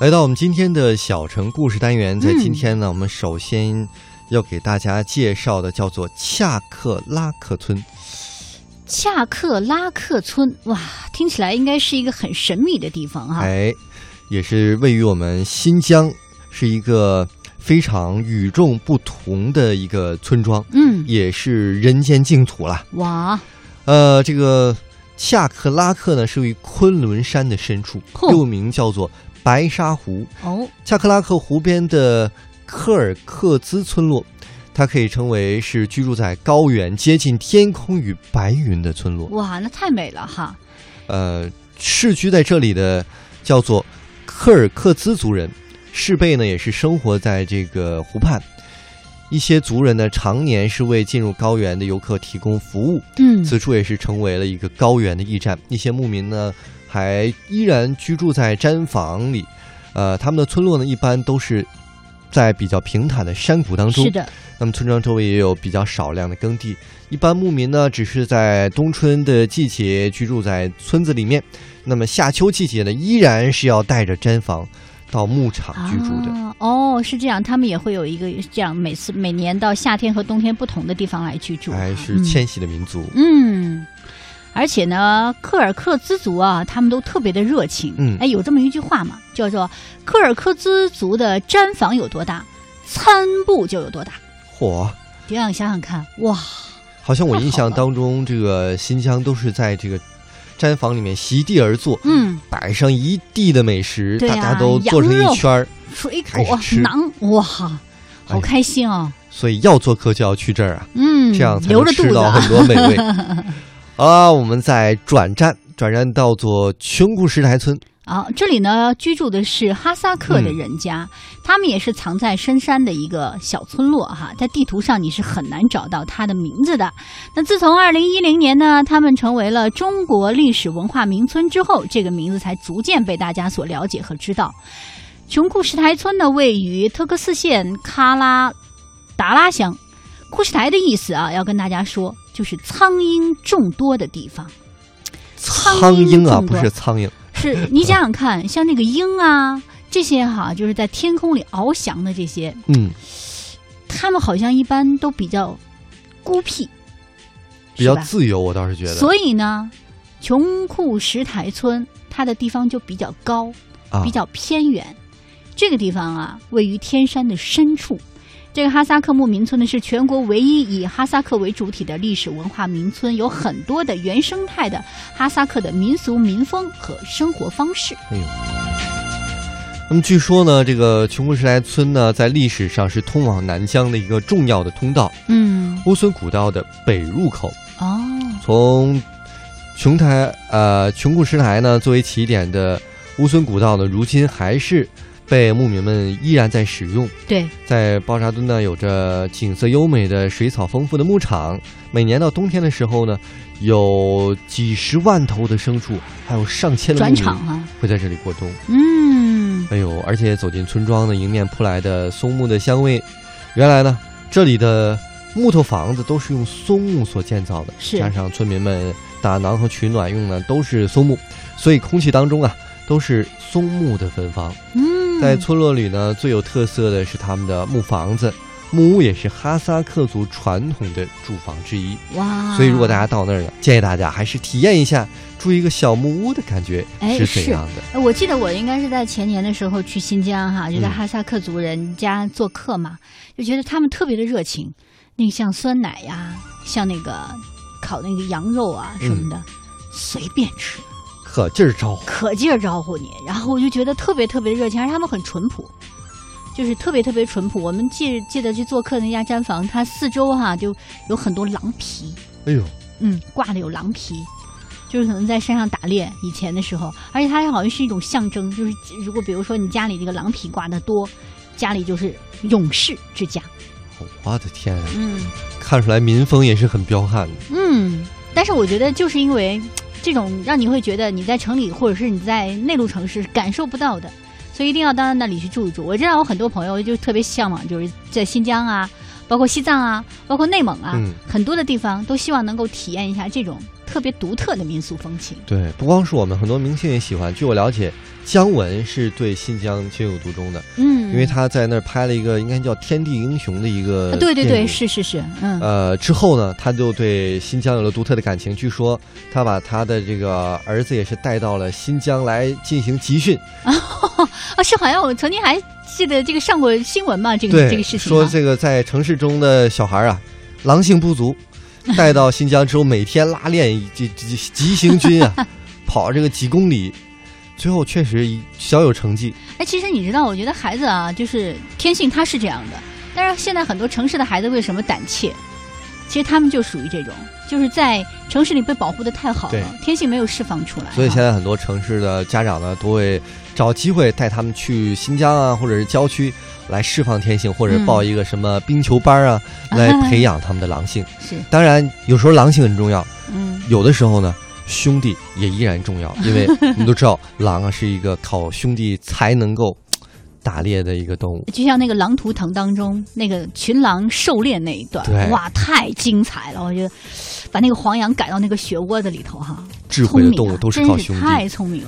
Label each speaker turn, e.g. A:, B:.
A: 来到我们今天的小城故事单元，在今天呢，我们首先要给大家介绍的叫做恰克拉克村。
B: 恰克拉克村，哇，听起来应该是一个很神秘的地方哈、
A: 哎，也是位于我们新疆，是一个非常与众不同的一个村庄，
B: 嗯，
A: 也是人间净土啦。
B: 哇，
A: 呃，这个恰克拉克呢，是位于昆仑山的深处，
B: 嚯
A: 又名叫做白沙湖。
B: 哦，
A: 恰克拉克湖边的科尔克孜村落，它可以称为是居住在高原、接近天空与白云的村落。
B: 哇，那太美了哈。
A: 呃，世居在这里的叫做科尔克孜族人，世辈呢也是生活在这个湖畔。一些族人呢，常年是为进入高原的游客提供服务。
B: 嗯，
A: 此处也是成为了一个高原的驿站。一些牧民呢，还依然居住在毡房里。呃，他们的村落呢，一般都是在比较平坦的山谷当中
B: 是。的，
A: 那么村庄周围也有比较少量的耕地。一般牧民呢，只是在冬春的季节居住在村子里面。那么夏秋季节呢，依然是要带着毡房到牧场居住的。
B: 啊。哦，是这样，他们也会有一个这样，每次每年到夏天和冬天不同的地方来居住。
A: 哎，是迁徙的民族。
B: 嗯，而且呢，柯尔克孜族啊，他们都特别的热情。
A: 嗯
B: 哎，有这么一句话嘛，叫做“柯尔克孜族的毡房有多大，餐布就有多大
A: 嚯、”。
B: 这样想想看，哇，
A: 好像我印象
B: 太好了
A: 当中，这个新疆都是在这个毡房里面席地而坐，
B: 嗯，
A: 摆上一地的美食，
B: 对
A: 大
B: 呀
A: 家都坐成一圈儿，
B: 水
A: 开
B: 果
A: 始吃哎
B: 馕，哇，好开心哦。
A: 所以要做客就要去这儿啊，
B: 嗯，
A: 这样才
B: 留
A: 能
B: 着肚
A: 吃
B: 子
A: 到
B: 啊。
A: 很多美 味。啊，我们再转站，转站到做穷固石台村，
B: 啊，这里呢居住的是哈萨克的人家，
A: 嗯
B: 他们也是藏在深山的一个小村落哈，在地图上你是很难找到它的名字的。那自从二零一零年呢，他们成为了中国历史文化名村之后，这个名字才逐渐被大家所了解和知道。琼库什台村呢，位于特克斯县喀拉达拉乡。库什台的意思啊，要跟大家说，就是苍鹰众多的地方。
A: 苍
B: 蝇
A: 蝇啊，
B: 众
A: 不
B: 多
A: 是苍蝇，
B: 是你想想看，像那个鹰啊，这些哈、就是在天空里翱翔的这些，
A: 嗯，
B: 它们好像一般都比较孤僻，
A: 比较
B: 是吧
A: 自由，我倒是觉得
B: 所以呢，琼库什台村它的地方就比较高，
A: 啊
B: 比，较偏远。这个地方啊，位于天山的深处。这个哈萨克牧民村呢，是全国唯一以哈萨克为主体的历史文化名村，有很多的原生态的哈萨克的民俗民风和生活方式。
A: 哎呦。那么据说呢，这个穷固石台村呢，在历史上是通往南疆的一个重要的通道，
B: 嗯，
A: 乌孙古道的北入口。
B: 哦，
A: 从琼台呃琼固石台呢作为起点的乌孙古道呢，如今还是被牧民们依然在使用。
B: 对，
A: 在包扎墩呢，有着景色优美的、水草丰富的牧场。每年到冬天的时候呢，有几十万头的牲畜，还有上千的牧
B: 转
A: 民
B: 场啊，
A: 会在这里过冬。
B: 嗯，
A: 哎呦，而且走进村庄呢，迎面扑来的松木的香味。原来呢，这里的木头房子都是用松木所建造的，
B: 是
A: 加上村民们打囊和取暖用的都是松木，所以空气当中啊都是松木的芬芳。
B: 嗯，
A: 在村落里呢，最有特色的是他们的木房子。木屋也是哈萨克族传统的住房之一，
B: 哇，
A: 所以如果大家到那儿呢，建议大家还是体验一下住一个小木屋的感觉
B: 哎
A: 是啊怎
B: 是
A: 样的。
B: 哎，我记得我应该是在前年的时候去新疆哈，就在
A: 嗯
B: 哈萨克族人家做客嘛，就觉得他们特别的热情，那个像酸奶呀，像那个烤那个羊肉啊什
A: 嗯
B: 么的，随便吃，
A: 可劲儿招呼，
B: 可劲儿招呼你，然后我就觉得特别特别热情，而且他们很淳朴。就是特别特别淳朴。我们记记得去做客那家毡房，它四周哈、就有很多狼皮，
A: 哎呦，
B: 嗯，挂的有狼皮，就是可能在山上打猎以前的时候，而且它好像是一种象征，就是如果比如说你家里这个狼皮挂的多，家里就是勇士之家。
A: 我的天啊！
B: 嗯
A: 看出来民风也是很彪悍的。
B: 嗯，但是我觉得就是因为这种让你会觉得你在城里或者是你在内陆城市是感受不到的。所以一定要到那里去住一住。我知道我很多朋友就特别向往，就是在新疆啊，包括西藏啊，包括内蒙啊，
A: 嗯
B: 很多的地方都希望能够体验一下这种特别独特的民俗风情。
A: 对，不光是我们，很多明星也喜欢。据我了解，姜文是对新疆情有独钟的，
B: 嗯，
A: 因为他在那儿拍了一个应该叫《天地英雄》的一个、
B: 啊对对对，。是是是，嗯，
A: 呃，之后呢，他就对新疆有了独特的感情。据说他把他的这个儿子也是带到了新疆来进行集训。
B: 啊，是好像我曾经还记得这个上过新闻嘛，这个
A: 对，
B: 这个事情、
A: 说
B: 啊。
A: 这个在城市中的小孩 啊，狼性不足，带到新疆之后，每天拉练急急急行军 啊，跑这个几公里，最后确实小有成 绩。
B: 哎，其实你知道，我觉得孩子啊，就是天性他是这样的，但是现在很多城市的孩子为什么胆怯？其实他们就属于这种，就是在城市里被保护的太好
A: 对
B: 了，天性没有释放出来啊。
A: 所以现在很多城市的家长呢，都会找机会带他们去新疆啊，或者是郊区来释放天性，或者
B: 嗯
A: 报一个什么冰球班啊，来培养他们的狼性。
B: 是，
A: 当然，有时候狼性很重要，
B: 嗯，
A: 有的时候呢。兄弟也依然重 要，因为我们都知道狼啊是一个靠兄弟才能够打猎的一个动物。
B: 就像那个《狼图腾》当中那个群狼狩猎那一段
A: 对，
B: 哇，太精彩了！我觉得把那个黄羊赶到那个雪窝子里头哈，
A: 智慧
B: 聪
A: 的
B: 明
A: 动物
B: 啊
A: 都是
B: 真
A: 靠兄弟。
B: 太聪明了。